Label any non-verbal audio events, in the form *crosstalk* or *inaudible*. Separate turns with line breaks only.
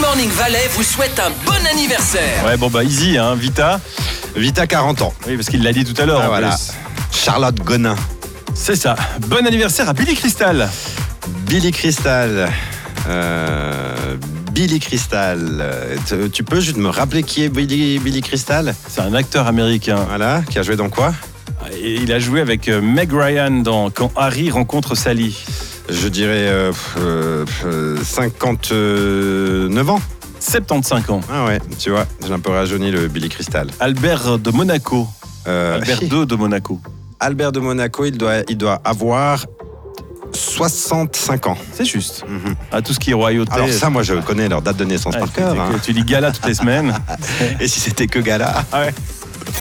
Morning Valais vous souhaite un bon anniversaire.
Ouais, bon, bah, easy, hein, Vita.
Vita 40 ans.
Oui, parce qu'il l'a dit tout à l'heure.
Ah,
en
voilà.
plus.
Charlotte Gonin.
C'est ça. Bon anniversaire à Billy Crystal.
Billy Crystal. Euh, Billy Crystal. Euh, tu- Tu peux juste me rappeler qui est Billy, Billy Crystal
C'est un acteur américain.
Voilà, qui a joué dans quoi
Et il a joué avec euh, Meg Ryan dans Quand Harry rencontre Sally.
Je dirais euh, pff, euh, pff, euh, 59 ans.
75 ans.
Ah ouais, tu vois, j'ai un peu rajeuni le Billy Crystal.
Albert de Monaco.
Euh,
Albert II de Monaco.
Albert de Monaco, il doit, il doit avoir 65 ans.
C'est juste.
Mhm.
À tout ce qui est royauté.
Alors ça,
Ah,
moi, je connais leur date de naissance
Ouais,
par cœur.
c'est que
hein. *laughs*
Tu lis gala toutes les semaines.
Et si c'était que gala
Ah ouais.